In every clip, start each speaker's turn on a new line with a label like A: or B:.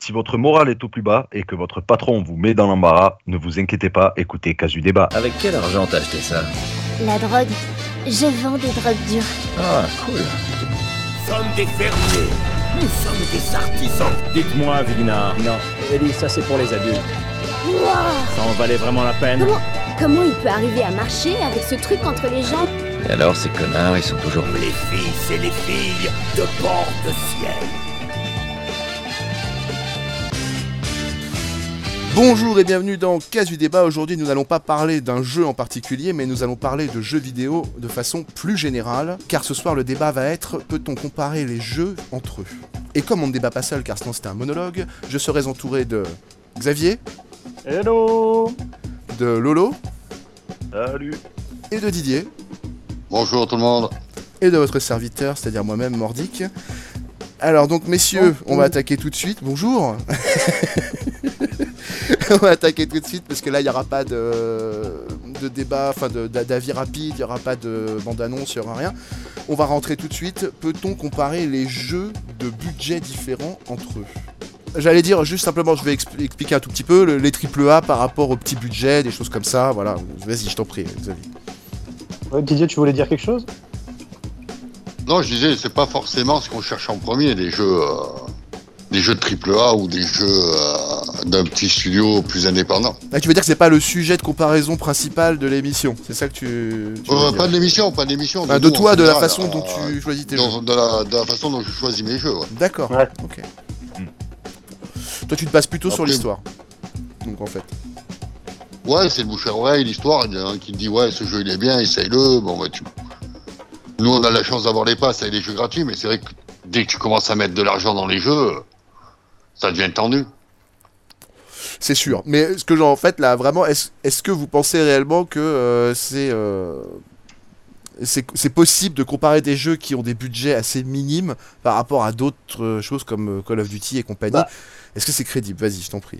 A: Si votre morale est au plus bas et que votre patron vous met dans l'embarras, ne vous inquiétez pas, écoutez Casu Débat.
B: Avec quel argent t'as acheté ça
C: La drogue. Je vends des drogues dures.
B: Ah, cool.
D: Nous sommes des fermiers. Nous sommes des artisans.
E: Dites-moi, Vignard.
F: Non, Ellie, ça c'est pour les adultes.
C: Wow
E: Ça en valait vraiment la peine
C: Comment, comment il peut arriver à marcher avec ce truc entre les jambes
B: Et alors, ces connards, ils sont toujours
D: Les fils et les filles de bord de ciel.
G: Bonjour et bienvenue dans Casse du débat. Aujourd'hui, nous n'allons pas parler d'un jeu en particulier, mais nous allons parler de jeux vidéo de façon plus générale, car ce soir, le débat va être peut-on comparer les jeux entre eux Et comme on ne débat pas seul, car sinon c'était un monologue, je serai entouré de Xavier,
E: Hello
G: de Lolo
A: Salut
G: et de Didier,
H: Bonjour tout le monde.
G: et de votre serviteur, c'est-à-dire moi-même, Mordic. Alors donc, messieurs, on va attaquer tout de suite. Bonjour On va attaquer tout de suite parce que là, il n'y aura pas de, de débat, enfin de- d'a- d'avis rapide, il n'y aura pas de bande-annonce, il n'y aura rien. On va rentrer tout de suite. Peut-on comparer les jeux de budget différents entre eux J'allais dire juste simplement, je vais expl- expliquer un tout petit peu le- les AAA par rapport aux petits budgets, des choses comme ça. Voilà, vas-y, je t'en prie, Xavier.
F: Ouais, Didier, tu voulais dire quelque chose
H: Non, je disais, c'est pas forcément ce qu'on cherche en premier, des jeux, euh, des jeux de triple A ou des jeux euh, d'un petit studio plus indépendant.
G: Ah, tu veux dire que c'est pas le sujet de comparaison principal de l'émission C'est ça que tu. tu veux
H: Euh,
G: dire.
H: pas de l'émission, pas de l'émission.
G: Enfin, de
H: nous, en
G: toi, de la
H: général,
G: façon dont
H: euh,
G: tu choisis tes jeux.
H: dans- de, la, de la façon dont je choisis mes jeux. ouais.
G: D'accord.
F: Ouais.
G: Ok. Toi, tu te bases plutôt sur
H: Après-
G: l'histoire. Donc en fait.
H: Ouais, c'est le bouche à oreille, l'histoire. Il y en a un qui te dit, ouais, ce jeu il est bien, essaye-le. Bon, bah, tu... Nous, on a la chance d'avoir les passes avec les jeux gratuits, mais c'est vrai que dès que tu commences à mettre de l'argent dans les jeux, ça devient tendu.
G: C'est sûr. Mais ce que j'en en fait là, vraiment, est-ce est-ce que vous pensez réellement que euh, c'est euh, c'est c'est possible de comparer des jeux qui ont des budgets assez minimes par rapport à d'autres euh, choses comme euh, Call of Duty et compagnie
F: Bah.
G: Est-ce que c'est crédible Vas-y, je t'en prie.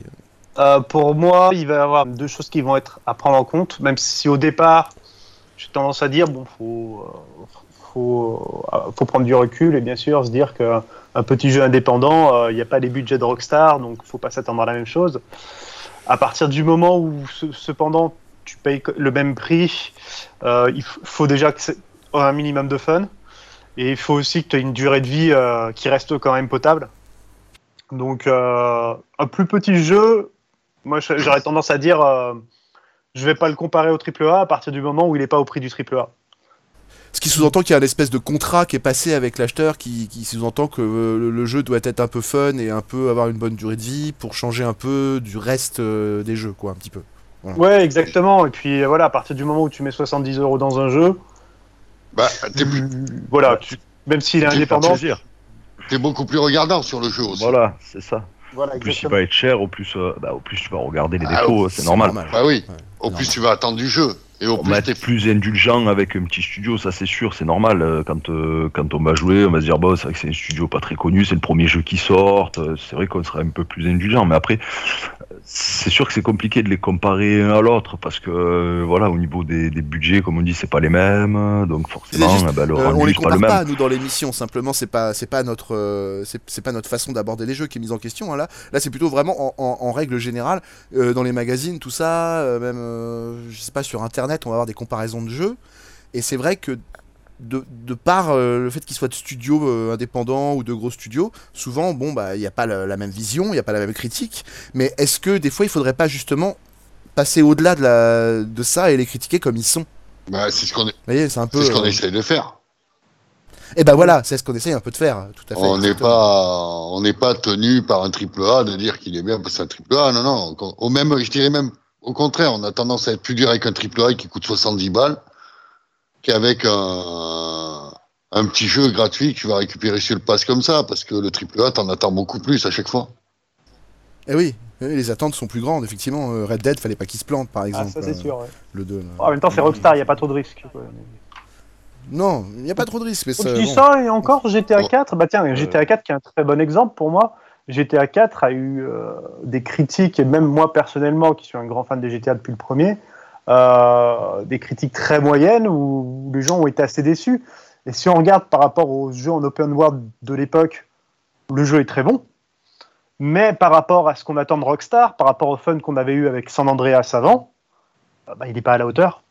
F: Euh, Pour moi, il va y avoir deux choses qui vont être à prendre en compte, même si au départ, j'ai tendance à dire bon, faut, euh, faut, euh, faut prendre du recul et bien sûr se dire que un petit jeu indépendant, euh, il n'y a pas les budgets de Rockstar, donc faut pas s'attendre à la même chose. À partir du moment où ce- cependant tu payes co- le même prix, euh, il f- faut déjà que c'est un minimum de fun et il faut aussi que tu aies une durée de vie euh, qui reste quand même potable. Donc euh, un plus petit jeu, moi je- j'aurais tendance à dire euh, je vais pas le comparer au AAA à partir du moment où il n'est pas au prix du AAA.
G: Ce qui sous-entend qu'il y a une espèce de contrat qui est passé avec l'acheteur qui, qui sous-entend que euh, le, le jeu doit être un peu fun et un peu avoir une bonne durée de vie pour changer un peu du reste euh, des jeux, quoi, un petit peu.
F: Ouais, exactement. Et puis euh, voilà, à partir du moment où tu mets 70 euros dans un jeu,
H: Bah, t'es plus-
F: voilà, tu- même s'il est
H: Tu fais pas
F: indépendant,
A: plaisir.
H: t'es beaucoup plus regardant sur le jeu aussi.
A: Voilà, c'est ça.
F: voilà,
A: Au plus il
F: exactement.
A: va être cher, au plus, euh, bah, au plus tu vas regarder les
H: Ah,
A: défauts, c'est normal.
H: Bah oui,
G: Ouais,
H: au plus
G: normal.
H: tu vas attendre du jeu. Et au
A: On
H: plus
A: va
H: t'es
A: être plus indulgent avec un petit studio, ça c'est sûr, c'est normal. Euh, Quand, euh, quand on va jouer, on va se dire, bon, c'est vrai que c'est un studio pas très connu, c'est le premier jeu qui sort, euh, c'est vrai qu'on sera un peu plus indulgent, mais après, euh, c'est sûr que c'est compliqué de les comparer un à l'autre, parce que, euh, voilà, au niveau des, des budgets, comme on dit, c'est pas les mêmes, donc forcément,
G: C'est juste,
A: eh ben, le
G: Euh,
A: rendu
G: on les
A: c'est pas le
G: compare
A: même.
G: pas, nous dans l'émission simplement c'est pas c'est pas notre euh, c'est c'est pas notre façon d'aborder les jeux qui est mise en question hein, là là c'est plutôt vraiment en, en- en règle générale euh, dans les magazines tout ça euh, même euh, je sais pas sur internet on va avoir des comparaisons de jeux et c'est vrai que de, de par euh, le fait qu'ils soient de studios euh, indépendants ou de gros studios, souvent, bon, bah, il n'y a pas la, la même vision, il n'y a pas la même critique. Mais est-ce que des fois, il faudrait pas justement passer au-delà de, la- de ça et les critiquer comme ils sont Vous
H: Bah, c'est ce qu'on est-
G: voyez, c'est un peu.
H: c'est ce qu'on
G: euh,
H: essaye de faire.
G: et ben voilà, c'est ce qu'on essaye un peu de faire, tout à fait.
H: On n'est
G: exactement.
H: pas, on n'est pas tenu par un triple A de dire qu'il est bien parce que c'est un triple A. Non, non. Au- Au même, je dirais même, au contraire, on a tendance à être plus dur avec un triple A qui coûte 70 balles qu'avec un, un petit jeu gratuit que tu vas récupérer sur le pass comme ça, parce que le triple A, t'en attends beaucoup plus à chaque fois.
G: Eh oui, eh oui, les attentes sont plus grandes, effectivement. Euh, Red Dead, fallait pas qu'il se plante, par
F: Ah,
G: exemple.
F: ça c'est
G: euh,
F: sûr. ouais.
G: Le 2. là.
F: En même temps, c'est Rockstar, il n'y a pas trop de risques. quoi.
G: Non, il n'y a pas trop de risque. Mais
F: Quand
G: ça,
F: je dis
G: bon.
F: ça, et encore GTA
H: Bon.
F: 4, bah tiens, GTA 4 qui est un très bon exemple pour moi. GTA 4 a eu euh, des critiques, et même moi personnellement, qui suis un grand fan de GTA depuis le premier, euh, des critiques très moyennes où les gens ont été assez déçus. Et si on regarde par rapport aux jeux en open world de l'époque, le jeu est très bon. Mais par rapport à ce qu'on attend de Rockstar, par rapport au fun qu'on avait eu avec San Andreas avant, euh, bah, il n'est pas à la hauteur.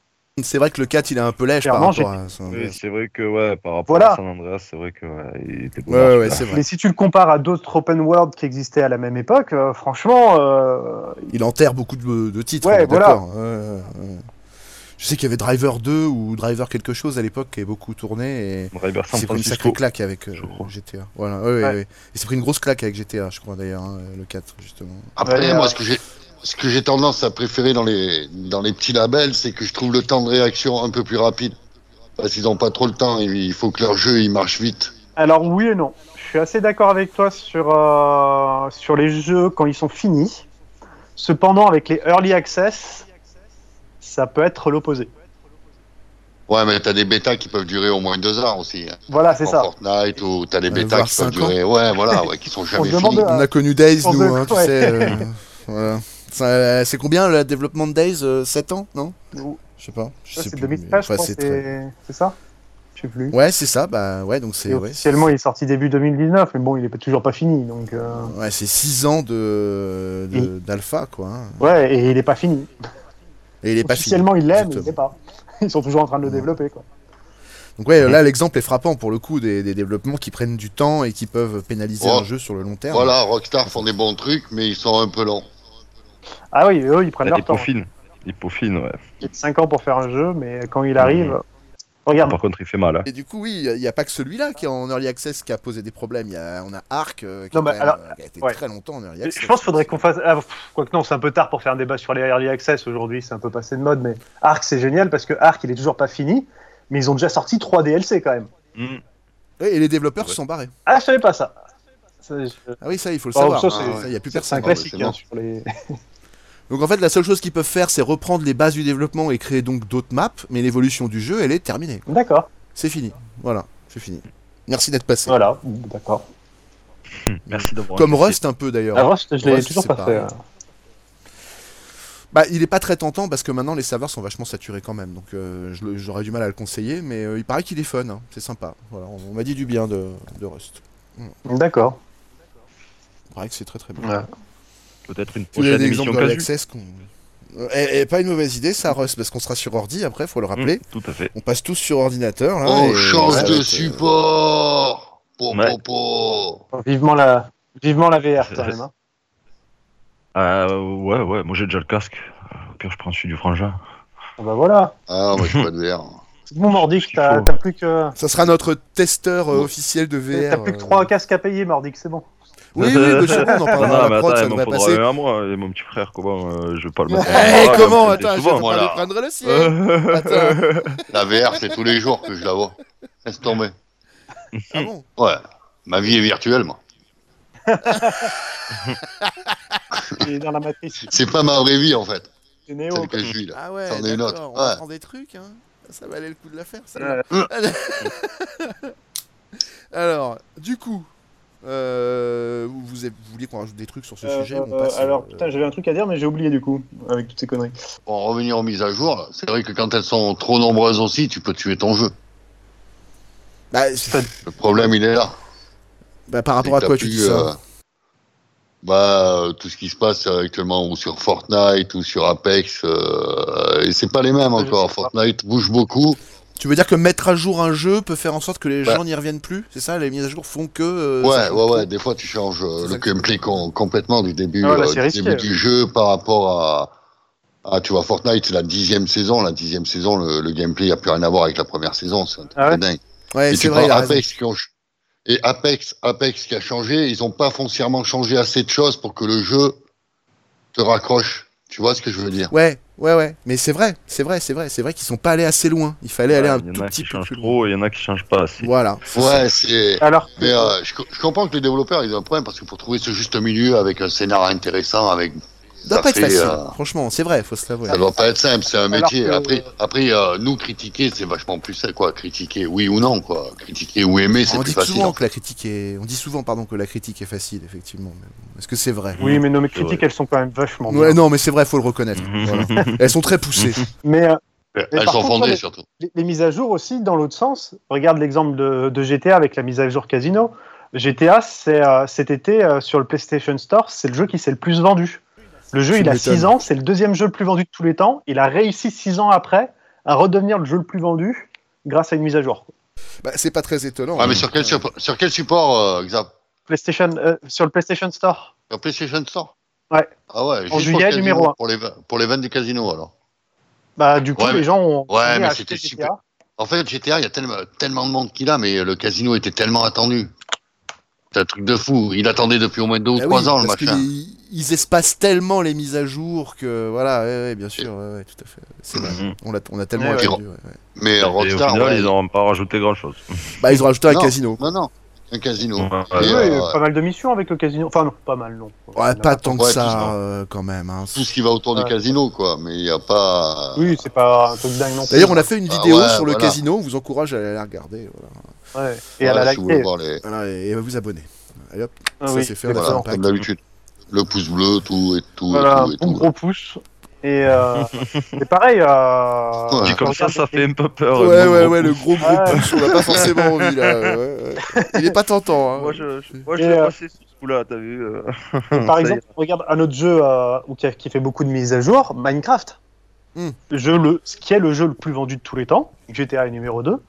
G: C'est vrai que le 4, il est un peu lèche
F: Clairement,
G: par rapport à ça.
A: Oui, c'est vrai que, ouais, par rapport
F: Voilà.
A: à San Andreas, c'est vrai que, ouais, il était bon.
G: Ouais, ouais, ouais, c'est vrai.
F: Mais si tu le compares à d'autres open world qui existaient à la même époque, euh, franchement, euh,
G: Il enterre beaucoup de, de titres.
F: Ouais,
G: on est
F: voilà.
G: d'accord. Ouais, ouais, ouais. Je sais qu'il y avait Driver 2 ou Driver quelque chose à l'époque qui est beaucoup tourné et
A: Driver San
G: c'est pris une
A: Francisco.
G: sacrée claque avec euh,
A: je crois.
G: GTA. Voilà, ouais, ouais,
F: Ouais.
G: ouais. Et c'est pris une grosse claque avec GTA, je crois d'ailleurs, hein, le 4 justement.
H: Après,
F: Ouais,
H: moi,
F: euh,
H: ce que j'ai. Ce que j'ai tendance à préférer dans les, dans les petits labels, c'est que je trouve le temps de réaction un peu plus rapide. Parce qu'ils n'ont pas trop le temps, et il faut que leur jeu il marche vite.
F: Alors oui et non. Je suis assez d'accord avec toi sur, euh, sur les jeux quand ils sont finis. Cependant, avec les early access, ça peut être l'opposé.
H: Ouais, mais t'as des bêtas qui peuvent durer au moins deux heures aussi. hein.
F: Voilà, c'est
H: Dans
F: ça.
H: Fortnite, ou t'as des
G: Euh,
H: bêtas
G: voire
H: qui peuvent
G: cinq ans.
H: durer. Ouais, voilà, ouais, qui sont jamais
F: se demande
H: finis.
F: Ah.
G: On a connu Days,
F: On
G: nous,
F: veut-
G: hein, tu
F: ouais.
G: sais. euh, voilà. Ça, euh, C'est combien le développement de Days 7 ans, non
F: Ou-
G: Je sais pas. Je
F: Ça,
G: sais
F: C'est
G: plus, mais-
F: 2013, je
G: enfin,
F: crois.
G: c'est
F: C'est
G: très-
F: c'est ça Je sais plus.
G: Ouais, c'est ça, bah ouais, donc
F: Et
G: c'est. ouais,
F: officiellement, il est sorti début 2019, mais bon, il est pas- toujours pas fini. Donc, euh,
G: c'est- Ouais, c'est 6 ans de de- d'alpha, quoi. hein.
F: Ouais, et il est pas fini.
G: Et il est pas fini.
F: officiellement, il l'est, mais il
G: Exactement.
F: l'est pas. Ils sont toujours en train de le
G: Ouais.
F: développer. Quoi.
G: Donc ouais, là l'exemple est frappant pour le coup des, des développements qui prennent du temps et qui peuvent pénaliser
H: Oh.
G: un jeu sur le long terme.
H: Voilà, Rockstar font des bons trucs, mais ils sont un peu lents.
F: Ah oui, eux, ils prennent
A: Là,
F: leur
A: il
F: temps.
A: peaufine. Il peaufine, ouais.
F: Il y a 5 ans pour faire un jeu, mais quand il arrive, regarde.
A: Par contre, il fait mal. hein.
G: Et du coup, oui, il n'y a pas que celui-là qui est en early access qui a posé des problèmes. Il Y a, on a Ark euh, qui,
F: Non,
G: est
F: mais
G: quand même,
F: alors,
G: euh, qui a été
F: ouais.
G: très longtemps en early access.
F: Je pense qu'il faudrait qu'on fasse. ah, pff, Quoique non, c'est un peu tard pour faire un débat sur les early access aujourd'hui, c'est un peu passé de mode, mais Arc c'est génial parce que Arc il est toujours pas fini, mais ils ont déjà sorti 3 DLC quand même.
A: Mm.
G: Ouais, et les développeurs se
A: Ouais.
G: sont barrés.
F: Ah, je savais pas ça. Ça, je-
G: Ah oui, ça, il faut le
F: Oh,
G: savoir.
F: ça,
G: hein.
F: c'est-
G: Ça, il y a plus
F: C'est un
G: personne.
F: classique.
H: bah, c'est
F: hein,
H: bon.
F: sur les-
G: Donc en fait, la seule chose qu'ils peuvent faire, c'est reprendre les bases du développement et créer donc d'autres maps. Mais l'évolution du jeu, elle est terminée.
F: D'accord,
G: C'est fini. Voilà, c'est fini. Merci d'être passé.
F: voilà, d'accord.
A: Merci d'avoir
G: Comme
A: insisté.
G: Rust un peu d'ailleurs.
F: Ah, Rust, je l'ai
G: Rust,
F: toujours
G: c'est
F: pas
G: pareil.
F: fait. hein.
G: Bah, il est pas très tentant parce que maintenant les serveurs sont vachement saturés quand même, donc euh, je le- j'aurais du mal à le conseiller, mais euh, il paraît qu'il est fun, hein, c'est sympa. Voilà, on, on m'a dit du bien de, de Rust.
F: hein. D'accord.
G: Il paraît que c'est très très bien.
F: Ouais.
A: Peut-être une
G: Il y a
A: prochaine
G: des exemples
A: émission
G: de
A: casu.
G: Access qu'on. Euh, Et, et pas une mauvaise idée ça, Rust, parce qu'on sera sur ordi après, faut le
A: Mm,
G: rappeler.
A: Tout à fait.
G: On passe tous sur ordinateur. Là,
H: on
G: et
H: change
G: ça va
H: Oh, de
G: être, euh,
H: support Po,
A: Ouais.
H: po, po.
F: Vivement la, vivement la VR quand
A: Je-
F: même. hein.
A: Euh, ouais, ouais, moi j'ai déjà le casque. Euh, Au pire, je prends celui du frangin.
F: Ah Bah voilà.
H: Ah, moi, je suis pas de VR.
F: Bon Mordic,
A: qu'il
F: t'as
A: faut.
F: t'as plus que.
G: Ça sera notre testeur euh,
H: Bon.
G: officiel de VR.
F: T'as plus que
G: euh.
F: 3 casques à payer, Mordic, c'est bon.
G: Oui, oui, mais c'est bon, on en
A: Non,
G: parlera
A: non,
G: à
A: mais
G: Ah, la prod,
A: attends,
G: ça
A: il m'en
G: devrait
A: faudra
G: passer.
A: un à moi. Et mon petit frère, comment euh, je vais pas le mettre.
G: Eh,
A: Ah,
G: comment
A: comme c'était
G: Attends, je vais
A: souvent.
G: pas
H: moi,
G: lui
H: là.
G: prendre le sien
A: Euh,
G: Attends,
H: La VR, c'est tous les jours que je la vois. Laisse tomber.
G: ah bon
H: Ouais, ma vie est virtuelle, moi.
F: Il est dans la matrice.
H: C'est pas ma vraie vie, en fait,
F: C'est Néo.
H: celle que je vis, là.
G: Ah ouais,
H: C'en est une
G: d'accord,
H: autre,
G: on
H: ouais.
G: apprend des trucs, hein. Ça valait le coup de la faire, ça.
F: Ouais.
G: Alors, du coup, euh, vous, vous avez- vous vouliez qu'on rajoute des trucs sur ce
F: Euh,
G: sujet on
F: euh,
G: passe,
F: alors,
G: euh,
F: putain, j'avais un truc à dire, mais j'ai oublié du coup, avec toutes ces conneries.
H: Pour en revenir aux mises à jour, là, c'est vrai que quand elles sont trop nombreuses aussi, tu peux tuer ton jeu.
G: bah, c'est-
H: Le problème, il est là.
G: bah, par
H: C'est
G: rapport à
H: que
G: quoi
H: t'as
G: tu
H: plus,
G: dis ça
H: euh, Bah, euh, tout ce qui se passe euh, actuellement ou sur Fortnite ou sur Apex, euh, et c'est pas les mêmes
F: Je sais pas.
H: encore.
F: Euh,
H: Fortnite bouge beaucoup.
G: Tu veux dire que mettre à jour un jeu peut faire en sorte que les
H: Bah.
G: gens n'y reviennent plus C'est ça Les mises à jour font que. euh,
H: ouais,
G: ça change
H: ouais,
G: tout
H: ouais. Des fois, tu changes euh,
G: C'est ça
H: le
G: que tu
H: gameplay
G: veux.
H: com- complètement du début,
F: Ah ouais, là,
H: euh,
F: c'est
H: du,
F: risqué.
H: début du jeu par rapport à. Ah, tu vois, Fortnite, c'est la dixième saison. La dixième saison, le, le gameplay n'a plus rien à voir avec la première saison. C'est un truc
F: Ah ouais
H: de dingue.
G: Ouais,
H: Et
G: c'est
H: tu
G: vrai, il
H: prends
G: a raison.
H: Apex qui ont ch- et Apex, Apex qui a changé, ils n'ont pas foncièrement changé assez de choses pour que le jeu te raccroche. Tu vois ce que je veux dire
G: Ouais, ouais, ouais. Mais c'est vrai, c'est vrai, c'est vrai. C'est vrai qu'ils sont pas allés assez loin. Il fallait aller un
A: il y
G: tout
A: en a
G: petit
A: qui
G: peu
A: changent
G: plus loin.
A: trop et il y en a qui changent pas assez.
G: Voilà.
H: Ouais, c'est.
F: Alors,
H: Mais euh, je, co- je comprends que les développeurs ils ont un problème parce que pour trouver ce juste milieu avec un scénar intéressant, avec
G: Ça doit
H: Ça
G: pas être
H: fait,
G: facile.
H: euh,
G: Franchement, c'est vrai, faut se l'avouer.
H: ça doit pas être simple, c'est un
F: Alors
H: métier.
F: que-
H: Après, après euh, nous critiquer c'est vachement plus simple quoi. Critiquer oui ou non quoi. Critiquer ou aimer c'est
G: On
H: plus
G: dit
H: facile. hein.
G: souvent que la critique est, on dit souvent pardon que la critique est facile effectivement. mais bon, Est-ce que c'est vrai
F: oui, mais nos
A: C'est
F: critiques,
A: vrai.
F: elles sont quand même vachement. bien.
G: Ouais, non, mais c'est vrai, faut le reconnaître. Voilà.
A: Mhm.
G: Elles sont très poussées.
F: Mais euh, Mais
H: Elles
F: par
H: sont
F: contre,
H: fondées
F: les-
H: surtout.
F: les, les mises à jour aussi, dans l'autre sens, regarde l'exemple de, de GTA avec la mise à jour Casino. GTA, c'est, euh, cet été, euh, sur le PlayStation Store, c'est le jeu qui s'est le plus vendu. Le jeu,
G: Tu
F: il a
G: m'étonnes.
F: 6 ans, c'est le deuxième jeu le plus vendu de tous les temps. Il a réussi 6 ans après à redevenir le jeu le plus vendu grâce à une mise à jour.
G: Bah, c'est pas très étonnant.
H: Ah, mais sur quel, sur, sur quel support, euh, Xap
F: PlayStation, euh, sur le PlayStation Store.
H: Sur PlayStation Store
F: Ouais.
H: Ah ouais, juste pour
F: juillet,
H: le casino,
F: numéro un.
H: Pour les, vins- pour les vins du casino, alors.
F: Bah, du coup,
H: Ouais,
F: les
H: mais-
F: gens ont.
H: ouais,
F: continué
H: mais
F: à
H: c'était
F: acheter
H: super.
F: GTA.
H: En fait, GTA, il y a tellement, tellement de monde qu'il a, mais le casino était tellement attendu. C'est un truc de fou. Il attendait depuis au moins deux ou
G: Bah oui,
H: trois ans, le
G: parce
H: machin.
G: qu'ils- Ils espacent tellement les mises à jour que voilà, ouais, ouais, bien sûr, ouais, ouais, tout à fait. C'est vrai.
A: Mhm.
G: On, l'a- on a tellement
F: Ouais, ouais.
G: attendu, ouais, ouais.
H: Mais
A: Et au
H: Rockstar,
A: final,
H: ouais.
A: ils n'ont pas rajouté grand chose.
G: Bah, ils ont rajouté un
H: Non.
G: casino.
H: Non, non, un casino.
A: Ouais,
H: Et,
A: ouais,
F: Oui,
H: euh,
F: il y a pas mal de missions avec le casino. Enfin, non, pas mal, non.
G: Ouais, pas tant que
H: Ouais, tout
G: ça
H: ça.
G: euh, quand même. hein.
H: tout ce qui va autour
F: Ouais.
H: du casino, quoi. Mais il n'y a pas.
F: Oui, c'est pas un truc dingue non plus.
G: D'ailleurs, on a fait une
H: Ah
G: vidéo
H: ouais,
G: sur le
H: voilà.
G: casino. On vous encourage à aller la regarder. Voilà.
F: Ouais. Et à
H: Ouais,
F: la
H: si vous voulez
F: liker.
H: voir les-
G: Voilà, et, et à vous abonner. Allez hop,
F: Ah
G: ça
F: oui,
G: c'est fait. on a fait
H: Voilà,
G: un pack.
H: comme d'habitude. Le pouce bleu, tout et tout.
F: Voilà,
H: et tout, et
F: un bon
H: tout.
F: gros pouce. Et, euh, et pareil. Euh,
H: Ouais.
A: Dit comme ça, ça fait un peu peur.
G: Ouais,
A: Bon,
G: ouais,
A: bon.
G: ouais, le gros gros
F: Ouais.
G: pouce, on n'a pas forcément envie là. ouais, ouais. Il est pas tentant. Hein.
A: Moi, je, je, moi,
F: Et,
A: je l'ai
F: euh,
A: passé sous ce coup-là, t'as vu. euh.
F: Par
A: Ça y
F: exemple, on regarde un autre jeu euh, ou qui, a- qui fait beaucoup de mises à jour, Minecraft.
G: Hmm.
F: Jeu le, ce qui est le jeu le plus vendu de tous les temps, GTA est numéro 2.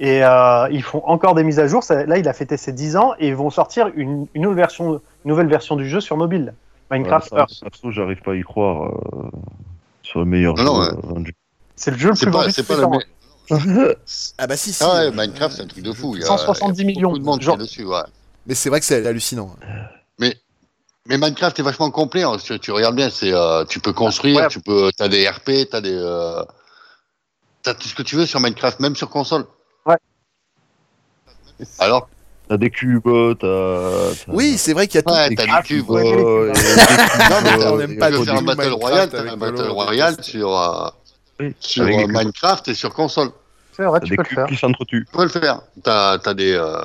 F: Et euh, ils font encore des mises à jour. Ça- là, il a fêté ses 10 ans et ils vont sortir une, une nouvelle, version, une nouvelle version du jeu sur mobile. Minecraft
A: Ouais, ça,
F: Earth.
A: perso, j'arrive pas à y croire. euh, Sur le meilleur
H: Non, non,
A: jeu euh, vendu.
F: C'est le jeu le
H: C'est
F: plus
H: pas,
F: vendu de
H: c'est
F: tous
H: pas
F: les temps.
H: le. mec-
G: Ah bah si, si.
H: Ah ouais,
G: euh,
H: Minecraft, c'est un truc de fou. Il y a-
F: 170
H: il y a
F: millions
H: Beaucoup de monde
F: de gens.
H: qui est dessus, ouais.
G: Mais c'est vrai que c'est hallucinant. hein.
H: Mais Minecraft est vachement complet. hein, si tu regardes bien, c'est, euh, tu peux construire,
F: Ouais.
H: tu peux, t'as des RP, t'as des, euh, t'as tout ce que tu veux sur Minecraft, même sur console.
F: Ouais.
H: Alors,
A: T'as des cubes, euh, t'as. t'as-
G: Oui, c'est vrai qu'il y a tout. Oh,
H: ouais,
A: des
H: t'as
A: cubes,
H: des cubes.
A: euh,
F: ouais.
A: et des
G: Non, mais
A: cubes,
G: on
A: euh,
G: aime
A: et
G: pas
H: tu
A: des
H: veux
G: du
H: faire un
A: produits.
G: tout
H: battle
G: Minecraft
H: royale, t'as
G: avec Call
H: un
G: of
H: battle
G: Duty.
H: royale sur, euh, sur
A: Avec
H: euh,
A: les cubes.
H: Minecraft et sur console.
F: hein. C'est vrai,
A: T'as
F: tu
A: des
F: peux le
A: cubes
F: faire.
A: qui s'entretuent.
H: Tu peux le faire. T'as, t'as des, euh,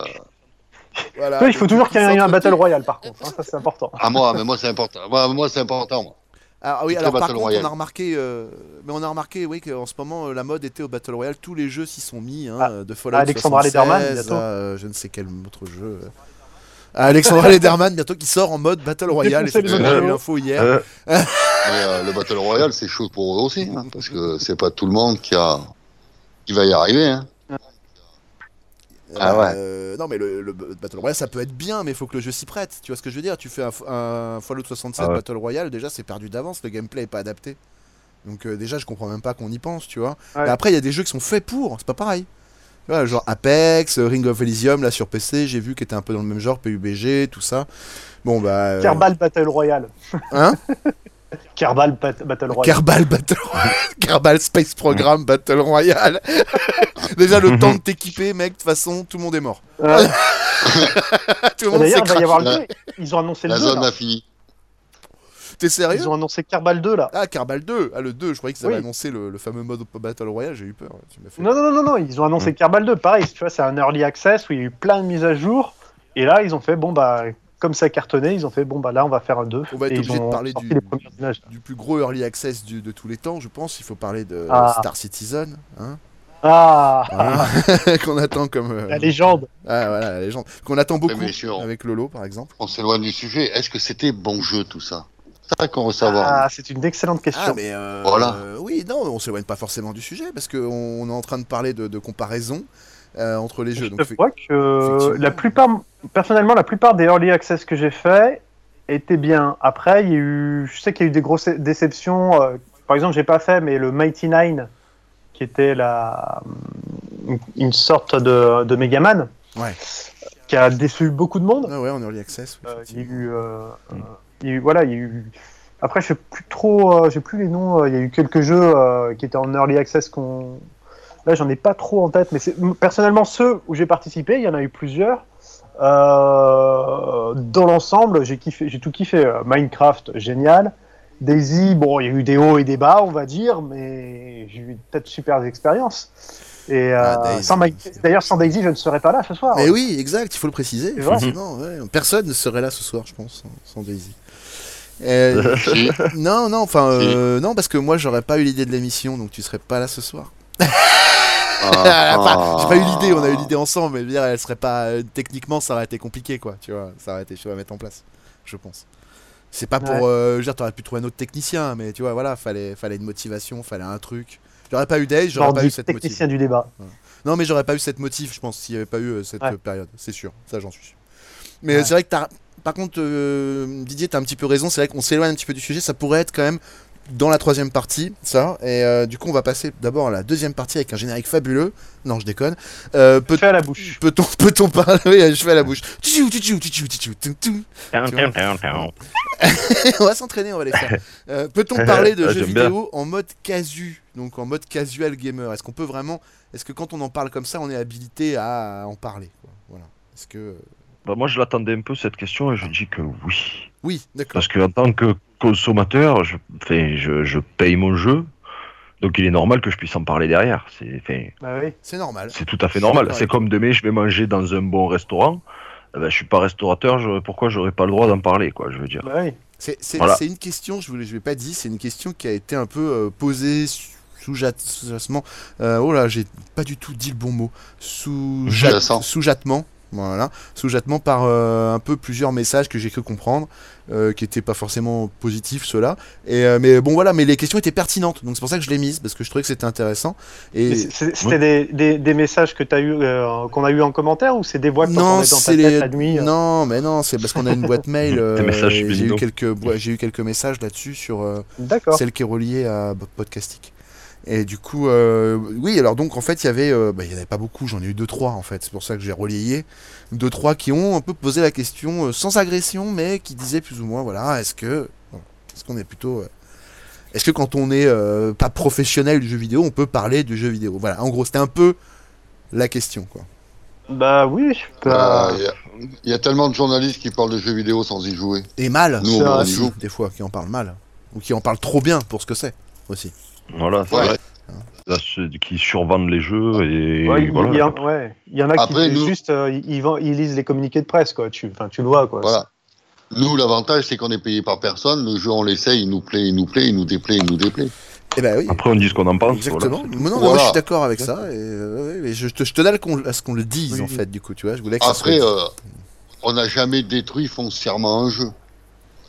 G: Voilà.
F: Ouais, il faut toujours qu'il y ait un
G: S'entretient.
F: Battle Royale, par contre. hein, ça, c'est important.
H: à ah, moi, mais moi c'est important. Moi, moi c'est important. moi.
G: Ah oui,
H: Plutôt
G: alors par
H: Battle
G: contre,
H: Royale.
G: on a remarqué, euh, mais on a remarqué, oui, qu'en ce moment, euh, la mode était au Battle Royale. Tous les jeux s'y sont mis, hein,
F: Ah,
G: euh, de Fallout
F: Alexandra
G: 76,
F: Lederman, bientôt.
G: à, euh, je ne sais quel autre jeu. euh, à Alexandra Lederman, bientôt qui sort en mode Battle Royale. Et
F: Défoncer
G: c'est
F: les
A: autres
G: vrai, J'ai eu
F: jeux.
G: l'info hier.
A: Euh,
H: Mais, euh, le battle royale, c'est chaud pour eux aussi, hein, parce que c'est pas tout le monde qui a, qui va y arriver. Hein. Ah ouais.
G: Euh, non, mais le, le Battle Royale, ça peut être bien, mais il faut que le jeu s'y prête. Tu vois ce que je veux dire Tu fais un, un Fallout 67
A: Ah ouais.
G: Battle Royale, déjà, c'est perdu d'avance. Le gameplay est pas adapté. Donc, euh, déjà, je comprends même pas qu'on y pense, tu vois.
F: Ouais.
G: Mais après, il y a des jeux qui sont faits pour, c'est pas pareil. Tu vois, genre Apex, euh, Ring of Elysium, là sur PC, j'ai vu qui était un peu dans le même genre, PUBG, tout ça. Bon bah. euh,
F: Kerbal Battle Royale.
G: Hein
F: Kerbal Bat- Battle Royale.
G: Kerbal Battle Royale, Kerbal Space Program Battle Royale. Déjà le temps de t'équiper, mec, de toute façon, tout le monde est mort.
F: Euh,
G: tout le monde s'est
F: D'ailleurs, il va y
G: craqué.
F: avoir le
H: là.
F: 2. Ils ont annoncé le
H: La
F: 2.
H: zone
F: là.
H: infinie.
G: T'es sérieux
F: Ils ont annoncé Kerbal 2 là.
G: Ah, Kerbal 2, ah le 2, je croyais qu'ils avaient
F: Oui.
G: annoncé le, le fameux mode Battle Royale, j'ai eu peur. hein. Tu m'as fait-
F: Non, non, non, non, non, ils ont
G: Mm.
F: annoncé Kerbal 2, pareil, tu vois, c'est un early access où il y a eu plein de mises à jour, et là, ils ont fait, bon, bah, comme ça cartonnait, ils ont fait, bon, bah, là, on va faire un 2.
G: On va être
F: et ils
G: obligé de
F: ont
G: parler
F: sorti
G: du-
F: les premiers images.
G: Du plus gros early access du- de tous les temps, je pense, il faut parler de
F: Ah.
G: Star Citizen, hein,
F: Ah,
G: hein, qu'on attend comme. euh,
F: la légende
G: Ah voilà, la légende. Qu'on attend beaucoup
H: mais sûr.
G: avec Lolo par exemple.
H: On s'éloigne du sujet. Est-ce que c'était bon jeu tout ça C'est ça qu'on veut savoir.
F: Ah, c'est une excellente question.
G: mais euh,
H: Voilà.
G: euh, oui, non, on s'éloigne pas forcément du sujet parce qu'on est en train de parler de, de comparaison euh, entre les
F: Je
G: jeux.
F: te
G: fait-
F: vois que euh,
G: effectivement.
F: la plupart, personnellement, la plupart des early access que j'ai fait étaient bien. Après, il y a eu, je sais qu'il y a eu des grosses déceptions. euh, par exemple, j'ai pas fait, mais le Mighty Nine, qui était la, une sorte de, de Megaman,
G: Ouais.
F: qui a déçu beaucoup de monde.
G: Ah ouais, en early access. oui,
F: Euh, il y a
G: effectivement.
F: eu, euh, euh, il y a eu- voilà, il y a eu. Après, je sais plus trop, euh, j'ai plus les noms. euh, Il y a eu quelques jeux euh, qui étaient en early access qu'on. Là, j'en ai pas trop en tête, mais c'est- m- personnellement ceux où j'ai participé, il y en a eu plusieurs. Euh, dans l'ensemble, j'ai kiffé, j'ai tout kiffé. Euh, Minecraft, génial. Daisy, bon, il y a eu des hauts et des bas, on va dire, mais j'ai eu peut-être super expériences. Et euh,
G: Ah, Daisy.
F: sans Minecraft- d'ailleurs, sans Daisy, je ne serais pas là ce soir.
G: Mais oui, exact, il faut le préciser.
F: C'est vrai.
G: effectivement, ouais. Personne ne serait là ce soir, je pense, sans- sans Daisy. Euh,
H: Si.
G: non, non, enfin,
H: Si.
G: euh, non, parce que moi j'aurais pas eu l'idée de l'émission, donc tu serais pas là ce soir.
H: Ah,
G: Enfin, j'ai pas eu l'idée, on a eu l'idée ensemble, mais je veux dire, elle serait pas. euh, Techniquement, ça aurait été compliqué, quoi, tu vois. Ça aurait été chaud à mettre en place, je pense. C'est pas pour.
F: Ouais.
G: euh, je veux dire, t'aurais pu trouver un autre technicien, mais tu vois, voilà, fallait, fallait une motivation, fallait un truc. J'aurais pas eu Dave, j'aurais
F: Genre
G: pas
F: du
G: eu cette
F: technicien
G: motive.
F: du débat.
G: Non, mais j'aurais pas eu cette motive, je pense, s'il y avait pas eu euh, cette
F: Ouais.
G: euh, période, c'est sûr, ça j'en suis sûr. Mais
F: Ouais.
G: euh, c'est vrai que t'as. Par contre, euh, Didier, t'as un petit peu raison, c'est vrai qu'on s'éloigne un petit peu du sujet, ça pourrait être quand même dans la troisième partie, ça. Et euh, du coup, on va passer d'abord à la deuxième partie avec un générique fabuleux. Non, je déconne. Euh, peut-
F: Fait à la bouche.
G: Peut-on peut-on parler Oui, Je fais à la bouche. Tchou, tchou, tchou, tchou, tchou, tchou, tchou. On va s'entraîner, on va les faire. Euh, Peut-on parler de
A: Ah,
G: jeux
A: j'aime bien.
G: vidéo en mode casu, donc en mode casual gamer Est-ce qu'on peut vraiment Est-ce que quand on en parle comme ça, on est habilité à en parler quoi Voilà. Est-ce que
A: Bah, moi, je l'attendais un peu cette question et je dis que oui.
G: oui, d'accord.
A: Parce que en tant que consommateur, je, enfin, je, je paye mon jeu, donc il est normal que je puisse en parler derrière. C'est enfin,
F: Bah oui.
G: C'est normal.
A: c'est tout à
G: Je
A: fait
G: suis
A: normal.
G: d'accord
A: C'est
G: avec
A: comme demain, je vais manger dans un bon restaurant. Eh ben, je suis pas restaurateur, je, pourquoi j'aurais pas le droit d'en parler, quoi, je veux dire.
F: Bah oui.
G: C'est c'est-
A: Voilà.
G: c'est une question, je ne l'ai pas dit, c'est une question qui a été un peu euh, posée sous- sous-jacement. Euh, oh là, j'ai pas du tout dit le bon mot. Sous-jacement.
H: Sous-jacent.
G: Sous-jacement. Voilà, sous-jacement par euh, un peu plusieurs messages que j'ai cru comprendre, euh, qui n'étaient pas forcément positifs ceux-là. Et euh, mais bon voilà, mais les questions étaient pertinentes, donc c'est pour ça que je l'ai mise parce que je trouvais que c'était intéressant.
F: Mais
G: Et
F: c'est- c'est- C'était des, des, des messages que t'as eu, euh, qu'on a eu en commentaire ou c'est des voix que
G: Non,
F: t'entendais dans ta
G: c'est
F: tête
G: les...
F: la nuit euh,
G: Non, mais non, c'est parce qu'on a une boîte mail. euh,
A: messages
G: et j'ai eu
A: subliminaux.
G: quelques, boi- j'ai eu quelques messages là-dessus sur. euh,
F: D'accord.
G: celle qui est reliée à B- Podcastic. Et du coup, euh, oui, alors donc en fait, il y avait, euh, bah, il y en avait pas beaucoup, j'en ai eu deux trois en fait, c'est pour ça que j'ai relayé deux trois qui ont un peu posé la question euh, sans agression, mais qui disaient plus ou moins, voilà, est-ce que, bon, est-ce qu'on est plutôt, euh, est-ce que quand on est euh, pas professionnel du jeu vidéo, on peut parler du jeu vidéo, voilà, en gros, c'était un peu la question quoi.
F: Bah oui.
H: Ah, Il
F: bah,
H: y, a tellement de journalistes qui parlent de jeux vidéo sans y jouer.
G: Et mal,
H: Nous,
F: C'est
H: on
F: vrai.
H: y joue.
G: des fois, qui en parlent mal ou qui en parlent trop bien pour ce que c'est aussi.
A: Voilà, c'est
H: Ouais.
A: vrai. Là, ceux qui survendent les jeux et
F: ouais, il
A: voilà.
F: y en- ouais, il y en a
H: Après,
F: qui
H: nous-
F: juste euh, ils, ils vend- ils lisent les communiqués de presse quoi. Tu, enfin, tu le vois quoi.
H: Voilà. Nous, l'avantage, c'est qu'on est payé par personne. Le jeu, on l'essaye, il nous plaît, il nous plaît, il nous déplaît, il nous déplaît.
G: Et ben oui,
A: Après, on dit ce qu'on en pense.
G: Exactement.
A: voilà.
G: Non, non, moi
H: Voilà.
G: je suis d'accord avec ça. Et, euh, ouais, mais je, te, je te donne qu'on- à ce qu'on le dise
F: Oui.
G: en fait, du coup, tu vois. Je voulais que ça soit
H: Après,
G: dit.
H: euh, on n'a jamais détruit foncièrement un jeu.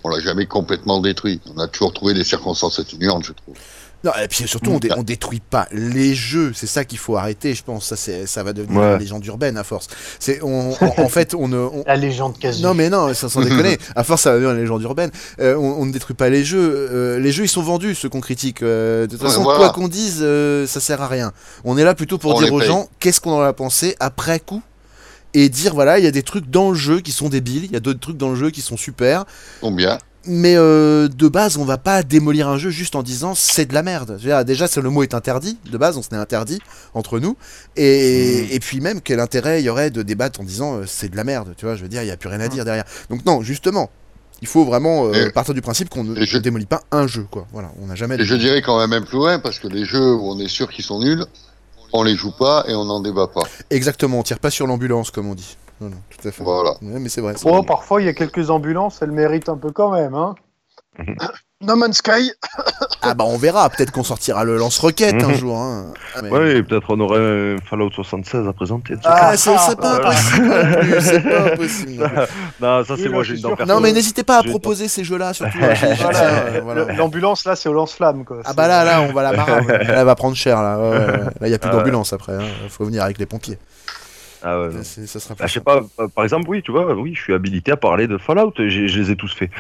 H: On l'a jamais complètement détruit. On a toujours trouvé des circonstances atténuantes, je trouve.
G: Non, et puis surtout, on, dé- on détruit pas les jeux. C'est ça qu'il faut arrêter, je pense. Ça, c'est, ça va devenir
A: Ouais.
G: une légende urbaine à force. C'est, on, on- en fait, on ne. on-
F: La légende quasi.
G: Non mais non, ça sans déconner. À force, ça va devenir une légende urbaine. Euh, on, on ne détruit pas les jeux. Euh, les jeux, ils sont vendus, ceux qu'on critique. Euh, de toute
H: Ouais,
G: façon,
H: voilà.
G: quoi qu'on dise, euh, ça sert à rien. On est là plutôt pour
H: On
G: dire
H: les
G: aux
H: paye.
G: gens qu'est-ce qu'on en a pensé après coup et dire voilà, il y a des trucs dans le jeu qui sont débiles, il y a d'autres trucs dans le jeu qui sont super.
H: Combien
G: Mais euh, de base, on va pas démolir un jeu juste en disant c'est de la merde. Je veux dire, déjà, ça, le mot est interdit. De base, on s'en est interdit entre nous. Et,
H: Hmm.
G: et puis même, quel intérêt il y aurait de débattre en disant euh, c'est de la merde. Tu vois, je veux dire, il y a plus rien à dire derrière. Donc non, justement, il faut vraiment euh,
H: Hmm. Et-
G: partir du principe qu'on ne
H: et je-
G: ne démolit pas un jeu. Quoi. Voilà, on n'a jamais.
H: Et je dirais quand même même plus loin, parce que les jeux où on est sûr qu'ils sont nuls, on les joue pas et on n'en débat pas.
G: Exactement, on tire pas sur l'ambulance comme on dit. Non, non, tout à fait.
H: Voilà.
G: Ouais, mais c'est vrai. c'est
F: Oh,
G: vrai.
F: parfois il y a quelques ambulances, elles méritent un peu quand même hein. no Man's Sky.
G: Ah bah on verra. Peut-être qu'on sortira le lance-roquette
H: Hmm.
G: un
A: Mhm.
G: jour. hein. Ah, mais-
A: Ouais, et peut-être on aurait un Fallout 76 à présenter. tu sais.
G: Ah, c'est c'est pas
A: voilà.
G: impossible non plus, c'est pas impossible. non plus.
A: non, ça c'est moi,
F: Oui, là, je
A: j'ai une
F: suis
A: dent
F: sûr.
A: perso.
G: Non mais n'hésitez pas à
A: Je-
G: proposer ces jeux-là surtout. hein, je- je-
F: Voilà,
G: euh, voilà.
F: Le- L'ambulance là c'est au lance-flamme quoi.
G: Ah bah là là on va la marre, ouais. là, elle va prendre cher là. ouais, ouais, ouais. Là il y a plus
A: Ah ouais.
G: d'ambulance après, hein. faut venir avec les pompiers.
A: Ah, ouais,
F: Euh,
A: non.
G: C'est- ça sera
A: Ah,
G: plus
A: je sais
G: simple.
A: pas, euh, par exemple, oui, tu vois, oui, je suis habilité à parler de Fallout, j'ai- je les ai tous faits.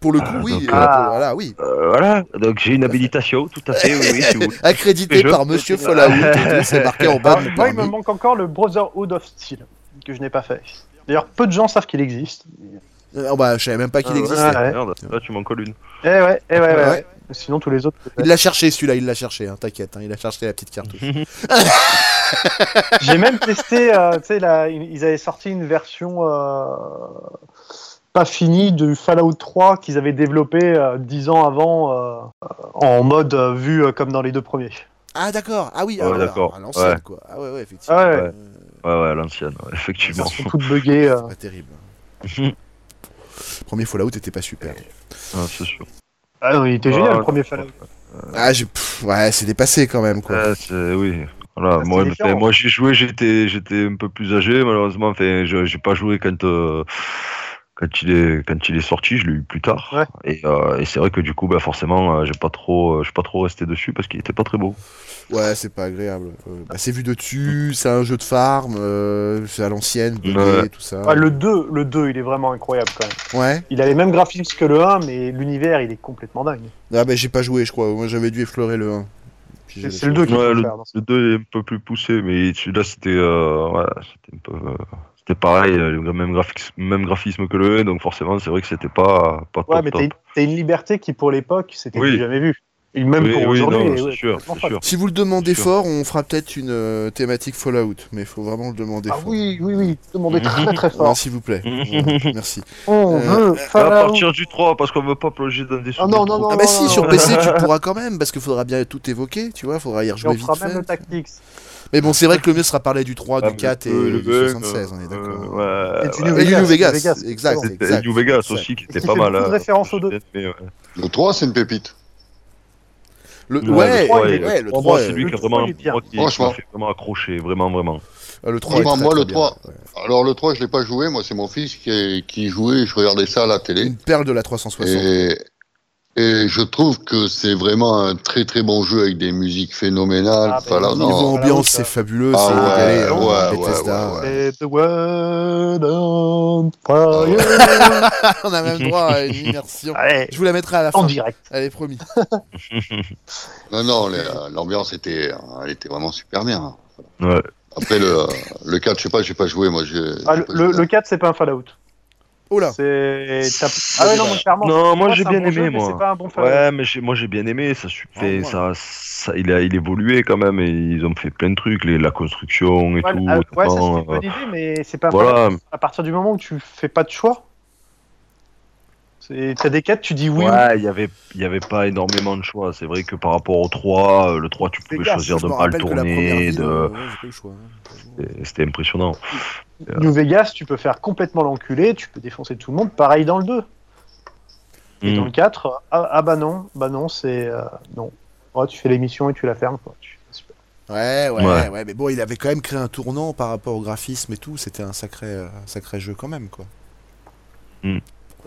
G: Pour le coup oui,
A: donc,
G: euh,
F: ah.
G: pour- voilà oui.
A: Euh, voilà, donc j'ai une habilitation, tout à fait, oui, oui, si vous voulez.
G: Accrédité
A: Je-
G: par Monsieur Fallout, et tout, c'est marqué en bas.
F: Ah,
G: du
F: moi il me
G: permis.
F: manque encore le Brotherhood of Steel que je n'ai pas fait. D'ailleurs peu de gens savent qu'il existe.
G: Euh, bah, je savais même pas qu'il
F: Ah,
G: existait.
F: ouais.
A: Merde, là tu m'en colles une.
F: Eh ouais, eh ouais, ouais,
G: Ouais.
F: ouais. Sinon tous les autres.
G: Il l'a cherché celui-là, il l'a cherché, hein, t'inquiète, hein, il a cherché la petite
F: Mhm.
G: cartouche.
F: J'ai même testé, euh, tu sais, la- ils avaient sorti une version euh, pas finie du Fallout 3 qu'ils avaient développé euh, 10 ans avant euh, en mode euh, vu euh, comme dans les deux premiers.
G: Ah d'accord, ah oui,
A: Ouais,
G: ah, voilà,
A: d'accord,
G: à l'ancienne
A: ouais.
G: quoi. Ah ouais ouais effectivement.
F: Ah ouais.
G: Euh,
A: Ouais, ouais, à l'ancienne, ouais,
G: Ils
A: effectivement.
G: sont
F: Ils sont toutes buggées. euh.
G: Pas terrible. Premier Fallout était pas super.
A: Ah, c'est sûr.
F: Ah non, il était
A: Ah,
F: génial le
A: ouais.
F: premier Fallout.
G: Ah, j'ai- pff, ouais, c'est dépassé quand même, quoi.
A: Ah, c'est- oui. Voilà,
F: Ah,
A: moi,
F: Euh, c'est
A: enfin,
F: méchant.
A: moi j'ai joué, j'étais, j'étais un peu plus âgé, malheureusement. Enfin, je- j'ai pas joué quand, euh, quand, il est, quand il est sorti, je l'ai eu plus tard.
F: Ouais.
A: Et, euh, et c'est vrai que du coup, bah, forcément, euh, j'ai pas trop, euh, j'ai pas trop resté dessus parce qu'il était pas très beau.
G: Ouais, c'est pas agréable. Euh, bah, c'est vu de dessus, c'est un jeu de farm, euh, c'est à l'ancienne, bugué,
A: Ouais.
G: tout ça.
F: Ouais, Ah, le 2, le 2, il est vraiment incroyable quand même.
G: Ouais.
F: Il a les mêmes graphismes que le 1, mais l'univers, il est complètement dingue.
G: Ah bah j'ai pas joué, je crois. Moi j'avais dû effleurer le 1. Puis j'ai
F: C'est
G: lâché.
F: c'est le 2 qu'il
A: Ouais,
F: faut faire. dans ce-
A: Le 2 est un peu plus poussé, mais celui-là, c'était, euh, ouais, c'était un peu. euh, c'était pareil, euh, le même graphisme, même graphisme que le 1, donc forcément, c'est vrai que c'était pas, pas top.
F: Ouais, mais t'as
A: top.
F: une- t'as une liberté qui, pour l'époque, c'était
A: Oui.
F: du jamais vu. Et même
A: Oui,
F: pour
A: oui,
F: aujourd'hui,
A: non,
F: elle est-
A: c'est
F: ouais,
A: sûr,
F: complètement
A: c'est
F: folle.
A: sûr.
G: Si vous le demandez
A: Sûr.
G: fort, on fera peut-être une euh, thématique Fallout, mais il faut vraiment le demander
F: Ah
G: fort.
F: oui, oui, oui, demandez très très
G: Ouais,
F: fort.
G: S'il vous plaît.
A: Mhm.
G: Ouais, Merci.
F: On
G: Euh,
F: veut
A: À
F: Fallout.
A: partir du 3, parce qu'on veut pas plonger dans des
F: Ah
A: souvenirs
F: non,
A: trop
F: non, non.
G: Ah
F: non,
G: bah
F: non,
G: si,
F: non,
G: sur
F: non.
G: PC tu pourras quand même, parce qu'il faudra bien tout évoquer, tu vois, faudra y
F: Et on
G: rejouer
F: fera
G: vite
F: même
G: fait.
F: le tactics.
G: Mais bon, c'est vrai que le mieux sera parler du 3,
A: Ah,
G: du
A: mais
G: 4 et
A: le
G: du
A: bug,
G: 76, on est d'accord.
A: euh, ouais,
F: Et du
A: ouais.
F: New
G: Et du New Vegas,
F: Vegas,
G: exact,
F: exact.
A: C'était
G: exact.
A: New Vegas
G: exact.
A: aussi qui
F: Et
A: était
F: qui
A: pas
F: fait
A: mal.
F: beaucoup de
A: hein.
F: références aux deux.
A: Mais, ouais.
H: Le 3, c'est une pépite.
G: Le,
A: Ouais,
G: ouais,
A: le trois,
G: ouais,
A: il est-
G: ouais, le euh,
A: Pour
G: 3,
A: moi, c'est lui
F: le
A: qui a
F: trois,
A: vraiment,
F: il est bien.
A: moi, qui- qui
H: Franchement.
A: m'a fait vraiment accroché, vraiment, vraiment.
G: Ah, le 3 est
H: Franchement,
G: très,
H: moi,
G: très
H: le
G: bien,
H: trois-
G: ouais.
H: Alors le 3, je l'ai pas joué, moi c'est mon fils qui, est- qui jouait, je regardais ça à la télé.
G: Une perle de la 360.
H: Et, et je trouve que c'est vraiment un très très bon jeu avec des musiques phénoménales.
F: Ah,
H: Enfin,
F: bah,
H: là,
F: il
H: non.
G: oh, Niveau
F: non.
G: ambiance,
F: Ah,
G: c'est fabuleux,
H: ouais,
G: c'est régalé, hein,
H: ouais, ouais,
G: Bethesda.
H: ouais,
F: Et the world on
H: Euh,
F: fire.
G: On a même droit à une immersion.
F: Allez,
G: Je vous la mettrai à la
F: en
G: fin.
F: direct.
G: Allez, promis.
H: Non, non, la- l'ambiance était, elle était vraiment super bien. hein.
A: Ouais.
H: Après le, le 4, je sais pas, j'ai pas joué, moi. j'ai-
F: Ah,
H: j'ai
F: le,
H: pas joué.
F: le, le 4, c'est pas un Fallout.
G: Oh là.
F: C'est. t'as- Ah ouais, non, mais clairement.
A: Non, moi
F: Moi,
A: j'ai
F: c'est un
A: bien
F: bon jeu,
A: aimé,
F: mais
A: moi.
F: C'est pas un bon Fallout.
A: Ouais, mais j'ai- moi j'ai bien aimé, ça, su-
G: Ah,
A: fait-
G: ouais.
A: ça, ça- il, a, il évoluait quand même, et ils ont fait plein de trucs, les, la construction et
F: Ouais,
A: tout.
F: ah, ouais, ça,
A: notamment,
F: c'est une bonne idée, mais c'est pas
A: euh, voilà,
F: à partir du moment où tu fais pas de choix, c'est- t'as des quêtes, tu dis oui. ou
A: ouais, il y avait, il y avait pas énormément de choix. C'est vrai que par rapport au 3, euh, le 3, tu pouvais
G: Vegas,
A: choisir
G: je
A: de
G: me
A: pas le
G: rappelle que la première
A: tourner,
G: ville,
A: de...
G: euh, ouais, j'ai pas eu le choix, hein.
A: c'était- c'était impressionnant.
F: non. New Vegas, tu peux faire complètement l'enculé, tu peux défoncer tout le monde. Pareil dans le 2. Et
A: Mm.
F: dans le 4, ah, ah bah non, bah non, c'est. euh, non. Oh, tu fais l'émission et tu la fermes. Quoi. Tu- c'est super.
G: Ouais, ouais, ouais,
A: Ouais.
G: mais bon, il avait quand même créé un tournant par rapport au graphisme et tout. C'était un sacré, euh, un sacré jeu quand même, quoi.
F: Ouais.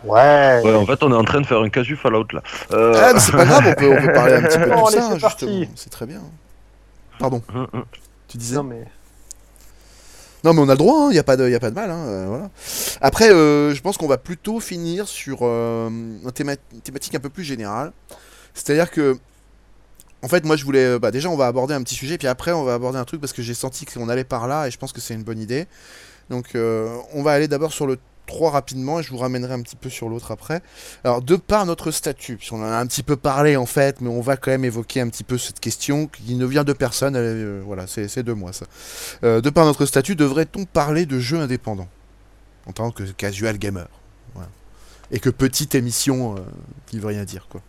A: Ouais, en fait, on est en train de faire un casu Fallout là. Euh,
G: Ah, mais c'est pas grave, on peut, on peut parler un petit peu de
F: Bon,
G: tout
F: allez,
G: ça,
F: c'est parti.
G: justement. C'est très bien. Pardon,
A: hein, hein.
G: tu disais.
F: Non, mais.
G: Non mais on a le droit, il n'y a, pas de- y a pas de mal. hein, euh, voilà. Après, euh, je pense qu'on va plutôt finir sur euh, un théma- une thématique un peu plus générale. C'est-à-dire que, en fait, moi je voulais... euh, Bah, déjà, on va aborder un petit sujet, puis après, on va aborder un truc parce que j'ai senti qu'on allait par là et je pense que c'est une bonne idée. Donc, euh, on va aller d'abord sur le 3 rapidement et je vous ramènerai un petit peu sur l'autre après. Alors, de par notre statut, puis on en a un petit peu parlé en fait, mais on va quand même évoquer un petit peu cette question qui ne vient de personne. elle est, euh, voilà, c'est c'est de moi ça. Euh, de par notre statut, devrait-on parler de jeux indépendants en tant que casual gamer voilà. Et que petite émission euh, qui veut rien dire, quoi.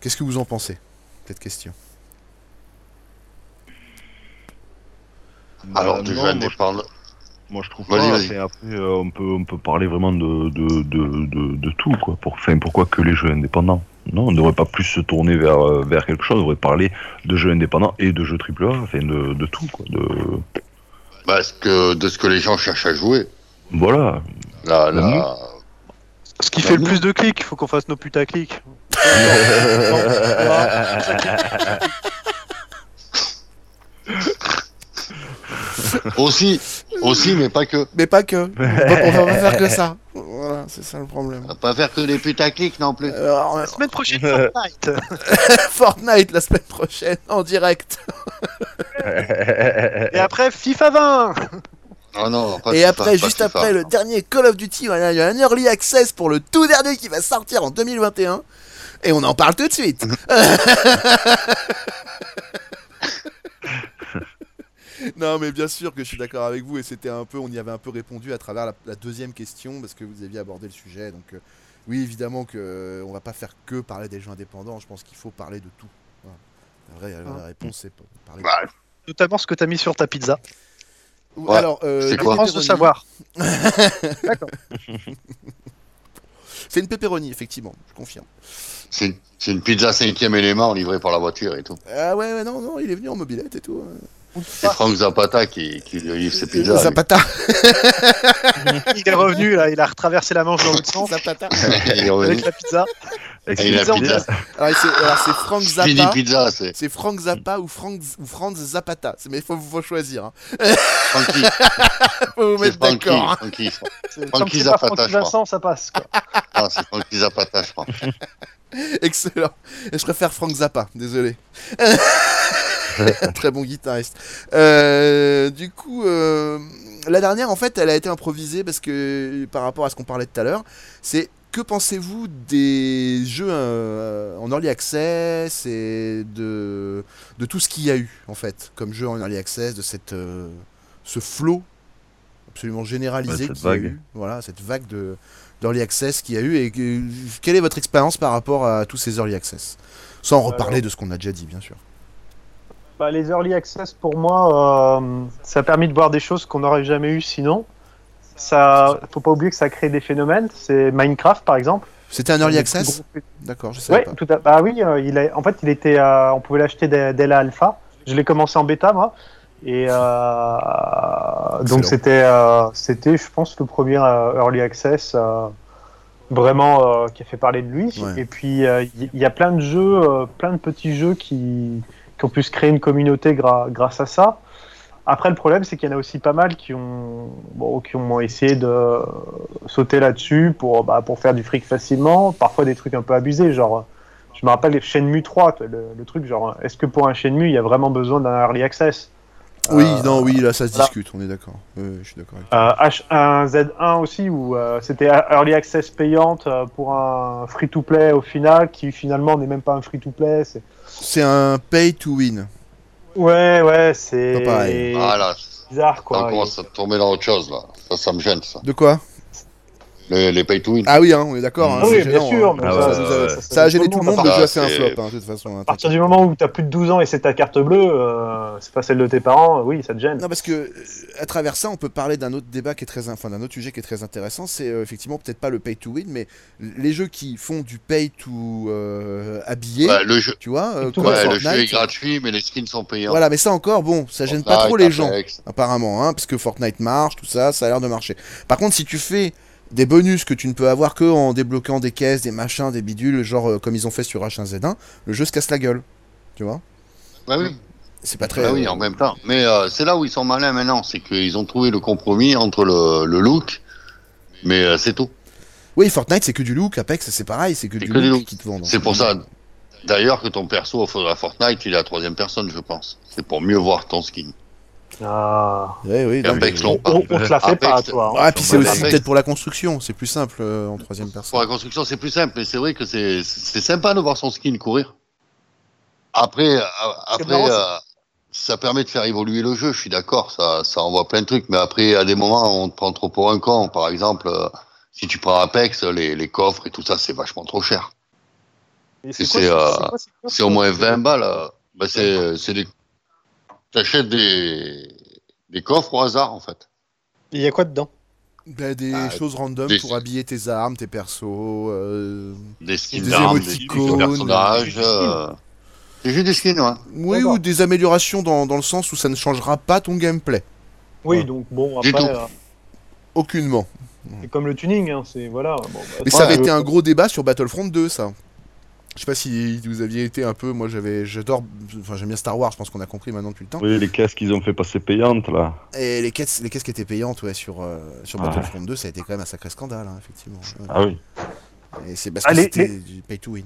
G: Qu'est-ce que vous en pensez Cette question.
H: Alors,
F: Ah,
A: Bah,
H: du
A: non,
H: jeu
A: moi,
H: indépendant.
A: Moi je trouve pas.
H: Vas-y, vas-y.
A: Enfin, après, euh, on peut on peut parler vraiment de de, de, de, de tout quoi. Pour, enfin, pourquoi que les jeux indépendants Non, on ne devrait pas plus se tourner vers euh, vers quelque chose. On devrait parler de jeux indépendants et de jeux triple A, enfin de, de tout quoi. De
H: Parce que de ce que les gens cherchent à jouer.
A: voilà.
H: Là, là,
F: Ce qui fait
H: Bah
F: le plus de clics, il faut qu'on fasse nos putaclics.
H: Aussi, aussi, mais pas que.
G: Mais pas que. On va pas faire que ça. Voilà, c'est ça le problème.
H: On va Pas faire que des putaclics non plus.
G: Alors,
F: semaine prochaine, Fortnite.
G: Fortnite la semaine prochaine en direct.
F: et après, FIFA 20.
H: Ah non, pas
G: Et
H: FIFA,
G: après,
H: pas
G: juste
H: FIFA.
G: après le dernier Call of Duty, voilà, il y a un early access pour le tout dernier qui va sortir en 2021. Et on en parle tout de suite. non, mais bien sûr que je suis d'accord avec vous. Et c'était un peu, on y avait un peu répondu à travers la, la deuxième question parce que vous aviez abordé le sujet. Donc euh, oui, évidemment que euh, on va pas faire que parler des jeux indépendants. Je pense qu'il faut parler de tout. Voilà. La vraie- La, vraie réponse, c'est parler. de
H: Bah,
F: Notamment ce que t'as mis sur ta pizza.
G: tout.
H: ouais,
G: Alors, euh,
H: c'est
G: les
H: quoi
F: France de
G: pepperoni-
F: savoir.
G: C'est une pépéronie, effectivement. Je confirme.
H: C'est c'est une pizza cinquième élément livrée par la voiture et tout.
G: Ah ouais, ouais, non, non, il est venu en mobilette et tout. hein.
H: C'est Franck Zapata qui, qui délivre ses pizzas. lui.
G: Zapata,
F: Il est revenu, là, il a retraversé la manche dans l'autre sens
G: Zapata.
H: Il est revenu.
F: avec la pizza.
A: Avec
H: Et il a
A: ses-
F: pizza en
H: pizza.
G: Alors c'est alors, c'est Frank
H: Speedy
G: Zappa.
H: Pizza, c'est
G: C'est Frank Zappa ou Frank ou Franz Zapata. C'est- Mais il faut, faut choisir. Hein.
H: Frankie.
G: Faut vous
H: C'est
G: mettre
H: Frankie.
G: d'accord. hein.
H: Frankie, je crois.
F: C'est-
H: Frankie
F: Tant que c'est pas
H: Zapata,
F: Francky
H: je crois.
F: Vincent, ça passe. quoi.
H: Ah, c'est Frankie Zapata, je crois.
G: Excellent. Et je préfère Frank Zappa, désolé. Très bon guitariste. Euh, du coup, euh, la dernière, en fait, elle a été improvisée parce que par rapport à ce qu'on parlait tout à l'heure, c'est que pensez-vous des jeux euh, en early access et de, de tout ce qu'il y a eu, en fait, comme jeu en early access, de cette, euh, ce flot absolument généralisé
A: Ouais, cette
G: qu'il y a
A: vague.
G: eu. Voilà, cette vague de, d'early access qu'il y a eu et que- quelle est votre expérience par rapport à tous ces early access Sans reparler de ce qu'on a déjà dit, bien sûr.
F: Bah, les early access, pour moi, euh, ça a permis de voir des choses qu'on n'aurait jamais eues sinon. Ça, faut pas oublier que ça crée des phénomènes. C'est Minecraft, par exemple.
G: C'était un early
F: Des
G: access
F: plus gros
G: D'accord, je savais
F: Ouais,
G: pas.
F: tout à... bah oui, euh, il a... en fait, il était, euh, on pouvait l'acheter dès, dès la alpha. Je l'ai commencé en bêta, moi. Et euh,
G: Excellent.
F: donc, c'était, euh, c'était, je pense, le premier euh, early access euh, vraiment euh, qui a fait parler de lui.
G: Ouais.
F: Et puis, euh, il y, il y a plein de jeux, euh, plein de petits jeux qui, qui ont pu se créer une communauté gra- grâce à ça. Après, le problème, c'est qu'il y en a aussi pas mal qui ont, bon, qui ont essayé de sauter là-dessus pour, bah, pour faire du fric facilement. Parfois, des trucs un peu abusés, genre, je me rappelle Shenmue 3, toi, le, le truc, genre, est-ce que pour un Shenmue, il y a vraiment besoin d'un early access
G: Oui,
F: Euh,
G: non, oui, là ça se
F: voilà.
G: discute, on est d'accord. Oui, oui, je suis d'accord. avec toi.
F: euh, H1Z1 aussi, où euh, c'était early access payante euh, pour un free-to-play au final, qui finalement n'est même pas un free-to-play. c'est-
G: C'est un pay to win.
F: Ouais, ouais, c'est
G: Pas pareil.
H: Ah là, ça
F: bizarre, quoi.
H: commence à tomber dans autre chose, là. Ça, ça me gêne, ça.
G: De quoi
H: Les, les pay to win.
G: Ah oui, hein, on est d'accord. hein,
F: Ah oui,
G: c'est
F: bien
G: gênant,
F: sûr,
G: hein.
F: mais
A: Ah
G: ça,
A: ouais,
G: ça,
A: ouais,
G: ça-
A: ouais.
F: ça,
G: ça a gêné tout le monde, le
H: ça,
G: jeu a fait un
H: c'est-
G: flop, hein, de toute façon. hein,
F: À partir du moment où tu as plus de 12 ans et c'est ta carte bleue, euh, c'est pas celle de tes parents, euh, oui, ça te gêne.
G: Non, parce que euh, à travers ça, on peut parler d'un autre débat qui est très, enfin d'un autre sujet qui est très intéressant. C'est euh, effectivement peut-être pas le pay to win, mais les jeux qui font du pay to euh, habiller,
H: Ouais, le jeu,
G: tu vois, euh,
F: Tout
G: comme
H: ouais, le
G: Fortnite.
H: jeu est gratuit, mais les skins sont payants.
G: Voilà, mais ça encore, bon, ça gêne pas trop
H: Fortnite,
G: les gens,
H: Apex.
G: apparemment, hein, parce que Fortnite marche, tout ça, ça a l'air de marcher. Par contre, si tu fais des bonus que tu ne peux avoir que en débloquant des caisses, des machins, des bidules, genre euh, comme ils ont fait sur H1Z1, le jeu se casse la gueule, tu vois.
H: Bah oui,
G: C'est pas très.
H: bah oui, en même temps. Mais euh, c'est là où ils sont malins maintenant, c'est qu'ils ont trouvé le compromis entre le, le look, mais euh, c'est tout.
G: Oui, Fortnite, c'est que du look. Apex, c'est pareil, c'est que,
H: C'est
G: du,
H: que
G: look
H: du look.
G: qui te vendent. hein.
H: C'est pour ça, d'ailleurs, que ton perso à Fortnite, il est à troisième personne, je pense. C'est pour mieux voir ton skin.
F: Ah.
G: Ouais, oui,
H: Et
G: non,
H: Apex
G: mais-
H: l'ont pas.
F: On, on te la fait
H: Oh, Apex,
F: pas, toi. hein.
G: Ah, puis c'est
H: Voilà.
G: aussi peut-être pour la construction, c'est plus simple euh, en troisième
H: Pour
G: personne.
H: la construction, c'est plus simple, mais c'est vrai que c'est c'est sympa de voir son skin courir. Après, euh, après
F: marrant,
H: euh, ça permet de faire évoluer le jeu, je suis d'accord, ça, ça envoie plein de trucs, mais après, à des moments, on te prend trop pour un con. Par exemple, euh, si tu prends Apex, les, les coffres et tout ça, c'est vachement trop cher.
F: Et
H: c'est,
F: quoi,
H: euh,
F: c'est quoi, c'est quoi,
H: C'est au moins 20 balles. euh, bah, c'est c'est des... T'achètes des... des coffres au hasard, en fait.
F: Il y a quoi dedans
G: Bah, des
H: Ah,
G: choses random
H: des-
G: pour habiller tes armes, tes persos. euh,
H: Des skins
G: Des
H: d'armes, des,
G: émoticônes,
H: des personnages.
G: des skins.
H: euh, C'est juste des skins, ouais.
G: Oui,
F: D'accord.
G: ou des améliorations dans, dans le sens où ça ne changera pas ton gameplay.
F: Oui,
G: Ouais.
F: donc bon,
H: Du
F: après,
H: tout.
F: euh,
G: Aucunement.
F: c'est comme le tuning, hein, c'est voilà. Bon, bah,
G: Mais
F: c'est
G: ça avait
F: vrai,
G: été
F: euh,
G: un gros débat sur Battlefront 2, ça. Je sais pas si vous aviez été un peu. Moi, j'avais, j'adore. Enfin, j'aime bien Star Wars. Je pense qu'on a compris maintenant depuis le temps.
A: Oui, les caisses qu'ils ont fait passer payantes là.
G: Et les caisses, les caisses qui étaient payantes, ouais, sur euh, sur
A: Ah ouais.
G: Battlefront 2, ça a été quand même un sacré scandale, hein, effectivement. Ouais.
A: Ah oui.
G: Et c'est parce que
F: Allez,
G: c'était du pay to win.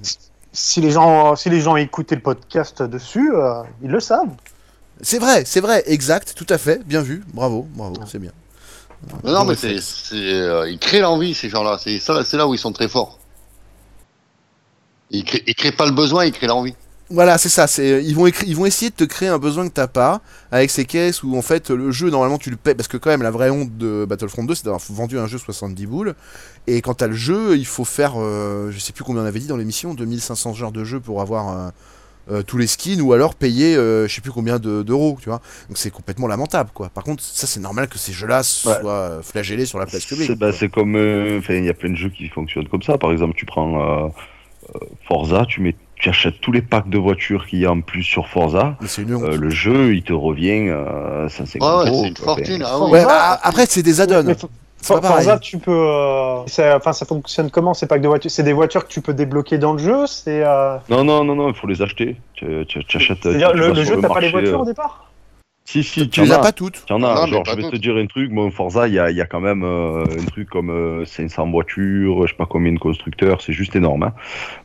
F: Si les gens, si les gens écoutaient le podcast dessus, euh, ils le savent.
G: C'est vrai, c'est vrai, exact, tout à fait, bien vu, bravo, bravo,
A: Ah.
G: c'est bien. bah,
H: Non, non, mais c'est,
G: réflexe.
H: c'est, euh, ils créent l'envie, ces gens-là. C'est, ça, c'est là où ils sont très forts. Ils créent, ils créent pas le besoin, ils créent l'envie.
G: Voilà, c'est ça. C'est euh, ils vont écri- ils vont essayer de te créer un besoin que t'as pas avec ces caisses où en fait le jeu normalement tu le payes parce que quand même la vraie honte de Battlefront 2 c'est d'avoir vendu un jeu 70 boules et quand t'as le jeu il faut faire euh, je sais plus combien on avait dit dans l'émission 2500 heures de jeu pour avoir euh, euh, tous les skins ou alors payer euh, je sais plus combien de- d'euros tu vois donc c'est complètement lamentable quoi. Par contre ça c'est normal que ces jeux-là soient euh, flagellés sur la place publique.
A: C'est bah,
G: quoi.
A: c'est comme. euh, Enfin, il y a plein de jeux qui fonctionnent comme ça. Par exemple, tu prends euh, euh, Forza, tu mets. tu achètes tous les packs de voitures qu'il y a en plus sur Forza,
G: Mais c'est une honte.
A: euh, le jeu, il te revient euh, 150
H: Ouais, ouais,
A: euros,
H: c'est une
A: quoi.
H: fortune. Ah,
F: Ouais,
H: oui.
G: Ouais, bah, après, c'est des add-ons.
F: Mais For-
G: C'est pas pareil.
F: Forza, tu peux. euh, ça- Enfin, ça fonctionne comment ces packs de voitures C'est des voitures que tu peux débloquer dans le jeu C'est. euh,
A: Non, non, non, non, il faut les acheter. Tu, tu- tu achètes. tu-
F: C'est-à-dire
A: tu
F: le,
A: vas
F: le
A: sur
F: jeu, t'as pas les
A: marché,
F: voitures
A: euh,
F: au départ
A: Si, si,
G: Tu
A: t'en
G: les as
A: as.
G: pas toutes.
A: T'en as,
H: Non, mais
A: genre,
H: pas
A: je vais te
H: toutes.
A: dire un truc. Bon, Forza, il y a, il y a quand même euh, un truc comme euh, 500 voitures, je sais pas combien de constructeurs, c'est juste énorme. hein.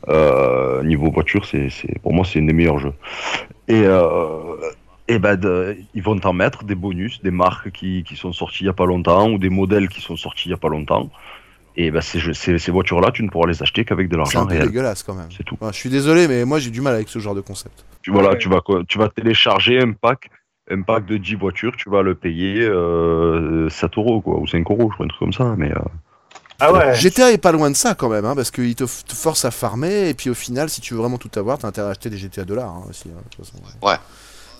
A: Euh, niveau voiture, c'est, c'est, pour moi, c'est un des meilleurs jeux. Et, euh, et ben, de- ils vont t'en mettre des bonus, des marques qui, qui sont sorties il y a pas longtemps ou des modèles qui sont sortis il y a pas longtemps. Et ben, ces, jeux- ces, ces voitures-là, tu ne pourras les acheter qu'avec de
G: C'est
A: l'argent
G: un peu
A: réel.
G: dégueulasse quand même.
A: C'est tout.
G: Ouais, je suis désolé, mais moi j'ai du mal avec ce genre de concept.
A: Tu, voilà, tu, vas, co- tu vas télécharger un pack, un pack de 10 voitures, tu vas le payer euh, 7 euros quoi, ou 5 euros, je crois, un truc comme ça. Mais, euh,
F: Ah ouais
G: GTA est pas loin de ça quand même, hein, parce qu'il te, f- te force à farmer, et puis au final, si tu veux vraiment tout avoir, t'as intérêt à acheter des GTA dollars. hein, aussi, hein, de toute façon, ouais.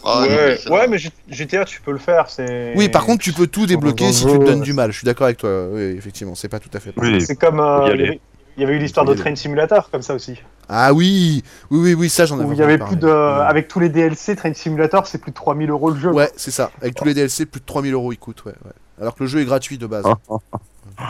H: Ah, non, mais
F: Ouais,
H: ça-
F: ouais, mais G- GTA, tu peux le faire. c'est-
G: Oui, par contre, tu peux tout débloquer
F: dans
G: si
F: le
G: tu te
F: jeu,
G: donnes
F: ouais.
G: du mal. Je suis d'accord avec toi, oui, effectivement, c'est pas tout à fait pareil.
A: oui,
F: C'est comme. euh,
A: Faut y
F: il, y
A: aller.
F: avait, il y avait eu l'histoire
G: Faut y
F: de
G: aller.
F: Train Simulator, comme ça aussi.
G: Ah oui, oui, oui, oui, ça j'en avais
F: Où il y avait
G: entendu
F: plus de.
G: parler.
F: Avec tous les DLC, Train Simulator, c'est plus de 3000 euros le jeu.
G: Ouais, c'est ça. Avec tous les DLC, plus de 3000 euros il coûte, ouais, ouais. Alors que le jeu est gratuit de base.
H: Hein
A: Ah.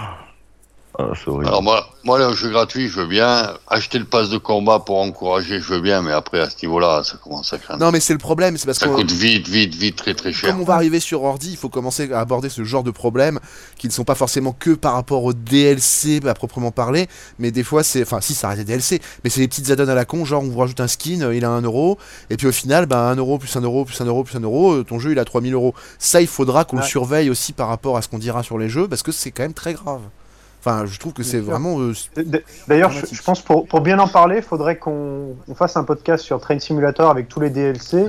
A: ah, c'est horrible.
H: Alors moi, moi, un jeu gratuit, je veux bien. Acheter le pass de combat pour encourager, je veux bien, mais après, à ce niveau-là, ça commence à craindre.
G: Non, mais c'est le problème, c'est parce
H: ça
G: que
H: coûte vite, vite, vite, très, très cher.
G: comme on va arriver sur ordi, il faut commencer à aborder ce genre de problèmes qui ne sont pas forcément que par rapport aux DLC à proprement parler, mais des fois c'est, enfin si ça reste des DLC, mais c'est des petites add-ons à la con, genre on vous rajoute un skin, euh, il a 1 euro, et puis au final, ben 1 euro plus 1 euro plus 1 euro plus 1 euro, euh, ton jeu il a 3000 euros. Ça, il faudra qu'on le
F: Ouais.
G: surveille aussi par rapport à ce qu'on dira sur les jeux, parce que c'est quand même très grave. Enfin, je trouve que
F: Bien
G: c'est
F: sûr.
G: vraiment euh,
F: D- D'ailleurs, je,
G: Dramatique.
F: je pense pour, pour bien en parler, il faudrait qu'on on fasse un podcast sur Train Simulator avec tous les DLC. et du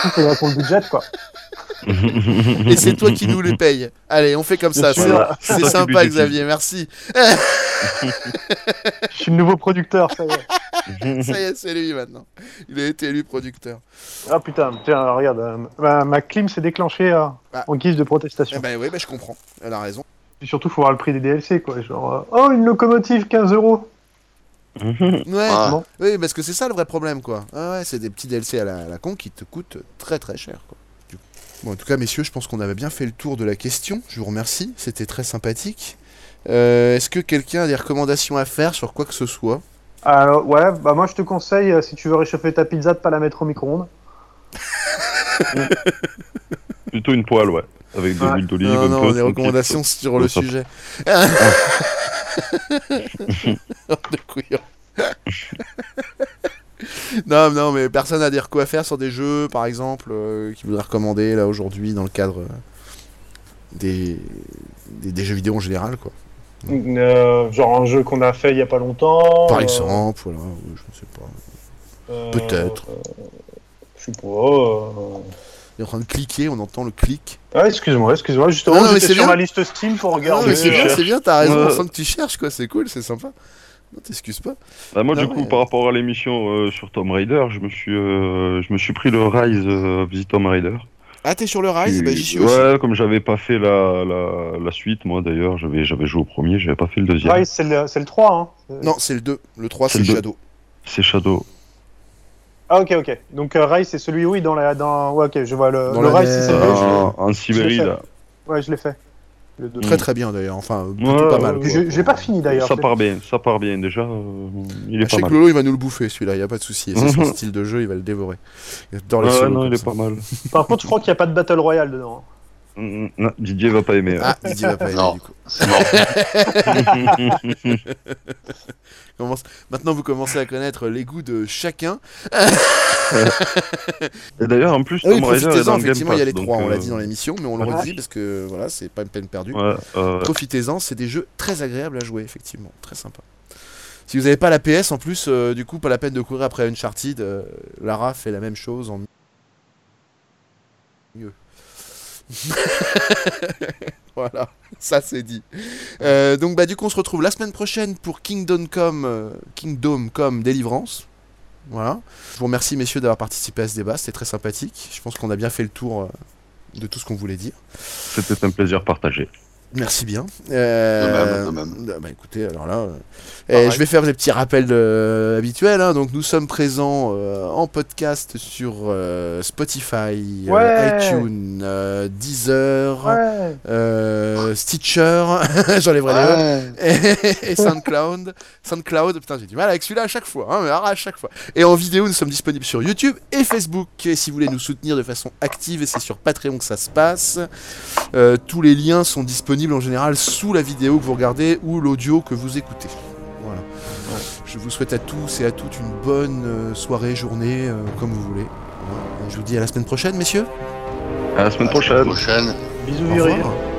F: coup, faudrait qu'on le budget, quoi.
G: Et c'est toi qui nous les paye. Allez, on fait comme ça.
F: Bien
G: c'est-
F: sûr.
A: C'est
G: C'est
A: toi qui
G: sympa,
A: budgétise.
G: Xavier. Merci.
F: Je suis le nouveau producteur, ça y est.
G: Ça y est, c'est lui maintenant. Il a été élu producteur.
F: Ah putain, tiens, regarde, euh, ma, ma clim s'est déclenchée euh,
G: Ah.
F: en guise de
G: Eh
F: protestation.
G: ben oui, ben, je comprends. Elle a raison.
F: Puis surtout, faut voir le prix des DLC, quoi. Genre, euh, oh, une locomotive, 15 euros.
G: Ouais.
H: Ah.
F: Bon.
G: Oui, parce que c'est ça le vrai problème, quoi. Ah ouais, c'est des petits DLC à la, à la con qui te coûtent très très cher, quoi. Du coup. Bon, en tout cas, messieurs, je pense qu'on avait bien fait le tour de la question. Je vous remercie. C'était très sympathique. Euh, Est-ce que quelqu'un a des recommandations à faire sur quoi que ce soit
F: Alors, ouais, bah moi, je te conseille, euh, si tu veux réchauffer ta pizza, de pas la mettre au micro-ondes.
A: Plutôt une poêle, ouais. Avec de
F: Ouais.
A: l'huile d'olive. un
G: Ah, Non,
A: peu,
G: non, des
A: tranquille.
G: recommandations sur le
A: ça-
G: sujet. de couillon. non, non, mais personne à dire quoi faire sur des jeux, par exemple, euh, qui voudraient recommander là aujourd'hui dans le cadre euh, des... Des, des jeux vidéo en général, quoi.
F: Euh, genre un jeu qu'on a fait il y a pas longtemps.
G: Par
F: euh,
G: exemple, voilà, ou je ne sais pas.
F: euh,
G: peut-être.
F: euh, je sais pas. euh,
G: Il est en train de cliquer, on entend le clic.
F: Ah, excuse-moi, excuse-moi, justement,
G: Non, non, mais
F: j'étais
G: c'est
F: sur
G: bien.
F: ma liste Steam pour
G: Non,
F: regarder.
G: Ah,
F: euh,
G: mais c'est
A: je
G: bien,
A: cherche.
G: c'est bien, t'as raison, on
A: Ouais.
G: sent que tu cherches, quoi, c'est cool, c'est sympa. Non, t'excuses pas.
A: Bah, moi, du
G: Non,
A: coup,
G: mais-
A: par rapport à l'émission euh, sur Tomb Raider, je me suis, euh, je me suis pris le Rise euh, of the Tomb Raider.
G: Ah, t'es sur le Rise Bah, j'y suis aussi.
A: ouais, comme j'avais pas fait la, la, la suite, moi d'ailleurs, j'avais, j'avais joué au premier, j'avais pas fait le deuxième.
F: Ouais, c'est le, c'est le 3, hein. Euh,
G: Non, c'est le 2. Le 3,
A: C'est
G: c'est
A: le deux.
G: Shadow.
A: C'est Shadow.
F: Ah, ok, ok. Donc, euh, Rise, c'est celui, oui, dans la. Dans... Ouais, ok, je vois le.
G: Dans
F: le
G: la
F: Rise, c'est
G: neige.
F: celui.
A: en, Euh, en Sibérie,
F: Je l'ai
A: là.
F: je- Ouais, je l'ai fait. Le deux.
G: Très très bien d'ailleurs, enfin plutôt
A: Mm. Ouais,
G: pas
A: ouais,
G: mal.
A: ouais.
G: quoi.
F: Je, je l'ai pas fini d'ailleurs.
A: Ça part bien, ça part bien déjà. euh, il
G: Je
A: est
G: sais
A: pas mal.
G: que Lolo il va nous le bouffer celui-là, il n'y a pas de souci. C'est son
A: Mhm.
G: style de jeu, il va le dévorer. Dans les
A: Ouais,
G: solos,
A: non,
G: comme
A: il est
G: ça.
A: pas mal.
F: Par contre, je crois qu'il n'y a pas de Battle Royale dedans.
A: Mm, non, Didier va pas aimer. hein.
G: Ah, Didier va pas aimer
H: Non.
G: du coup.
H: C'est mort.
G: Ah. Commence- Maintenant vous commencez à connaître les goûts de chacun.
A: Et d'ailleurs, en plus,
G: Ah oui,
A: Tomb Raider est
G: profitez-en,
A: dans le Game
G: effectivement, il y a
A: Pass,
G: les
A: donc,
G: trois, on l'a
A: euh,
G: dit dans l'émission, mais on le
F: voilà.
G: redit parce que voilà, c'est pas une peine perdue.
A: Ouais, euh,
G: Profitez-en, c'est des jeux très agréables à jouer, effectivement, très sympa. Si vous n'avez pas la PS en plus, euh, du coup, pas la peine de courir après Uncharted. euh, Lara fait la même chose en mieux. voilà, ça c'est dit. Euh, donc bah du coup, on se retrouve la semaine prochaine pour Kingdom Come, euh, Kingdom Come Deliverance. Voilà. Je vous remercie messieurs d'avoir participé à ce débat, c'était très sympathique. Je pense qu'on a bien fait le tour euh, de tout ce qu'on voulait dire.
A: c'était un plaisir partagé.
G: Merci bien. Euh,
H: De même,
G: euh, Bah écoutez, alors là, euh, eh, je vais faire les petits rappels euh, habituels. hein. Donc nous sommes présents euh, en podcast sur euh, Spotify, euh,
F: Ouais.
G: iTunes, euh,
F: hein.
G: Deezer,
F: Ouais.
G: euh, Stitcher, j'enlèverai les E. autres.
H: Ouais.
G: et et SoundCloud. SoundCloud, putain, j'ai du mal avec celui-là à chaque fois, hein, mais alors à chaque fois. Et en vidéo, nous sommes disponibles sur YouTube et Facebook. Et si vous voulez nous soutenir de façon active, et c'est sur Patreon que ça se passe. Euh, tous les liens sont disponibles en général sous la vidéo que vous regardez ou l'audio que vous écoutez. Voilà. Je vous souhaite à tous et à toutes une bonne euh, soirée, journée, euh, comme vous voulez. Voilà. Je vous dis à la semaine prochaine, messieurs.
A: À la semaine
H: À la
A: prochaine.
G: Ah,
H: prochaine.
F: Bisous,
G: Au
F: Viry.
G: revoir.